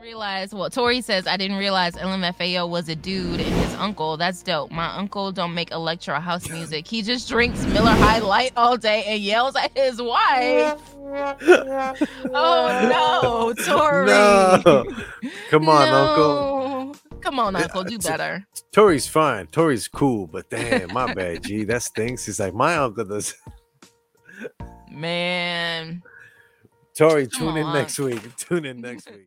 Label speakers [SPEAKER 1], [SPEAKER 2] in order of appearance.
[SPEAKER 1] realize. Well, Tori says I didn't realize LMFAO was a dude and his uncle. That's dope. My uncle don't make electro house music. He just drinks Miller High Light all day and yells at his wife. Oh no, Tori!
[SPEAKER 2] No. Come on, Uncle.
[SPEAKER 1] No. Come on, Uncle, do better.
[SPEAKER 2] Tori's fine. Tori's cool, but damn, my bad, G. That stinks. He's like, my uncle does.
[SPEAKER 1] Man.
[SPEAKER 2] Tori,
[SPEAKER 1] Come
[SPEAKER 2] tune in
[SPEAKER 1] on.
[SPEAKER 2] next week. Tune in next week.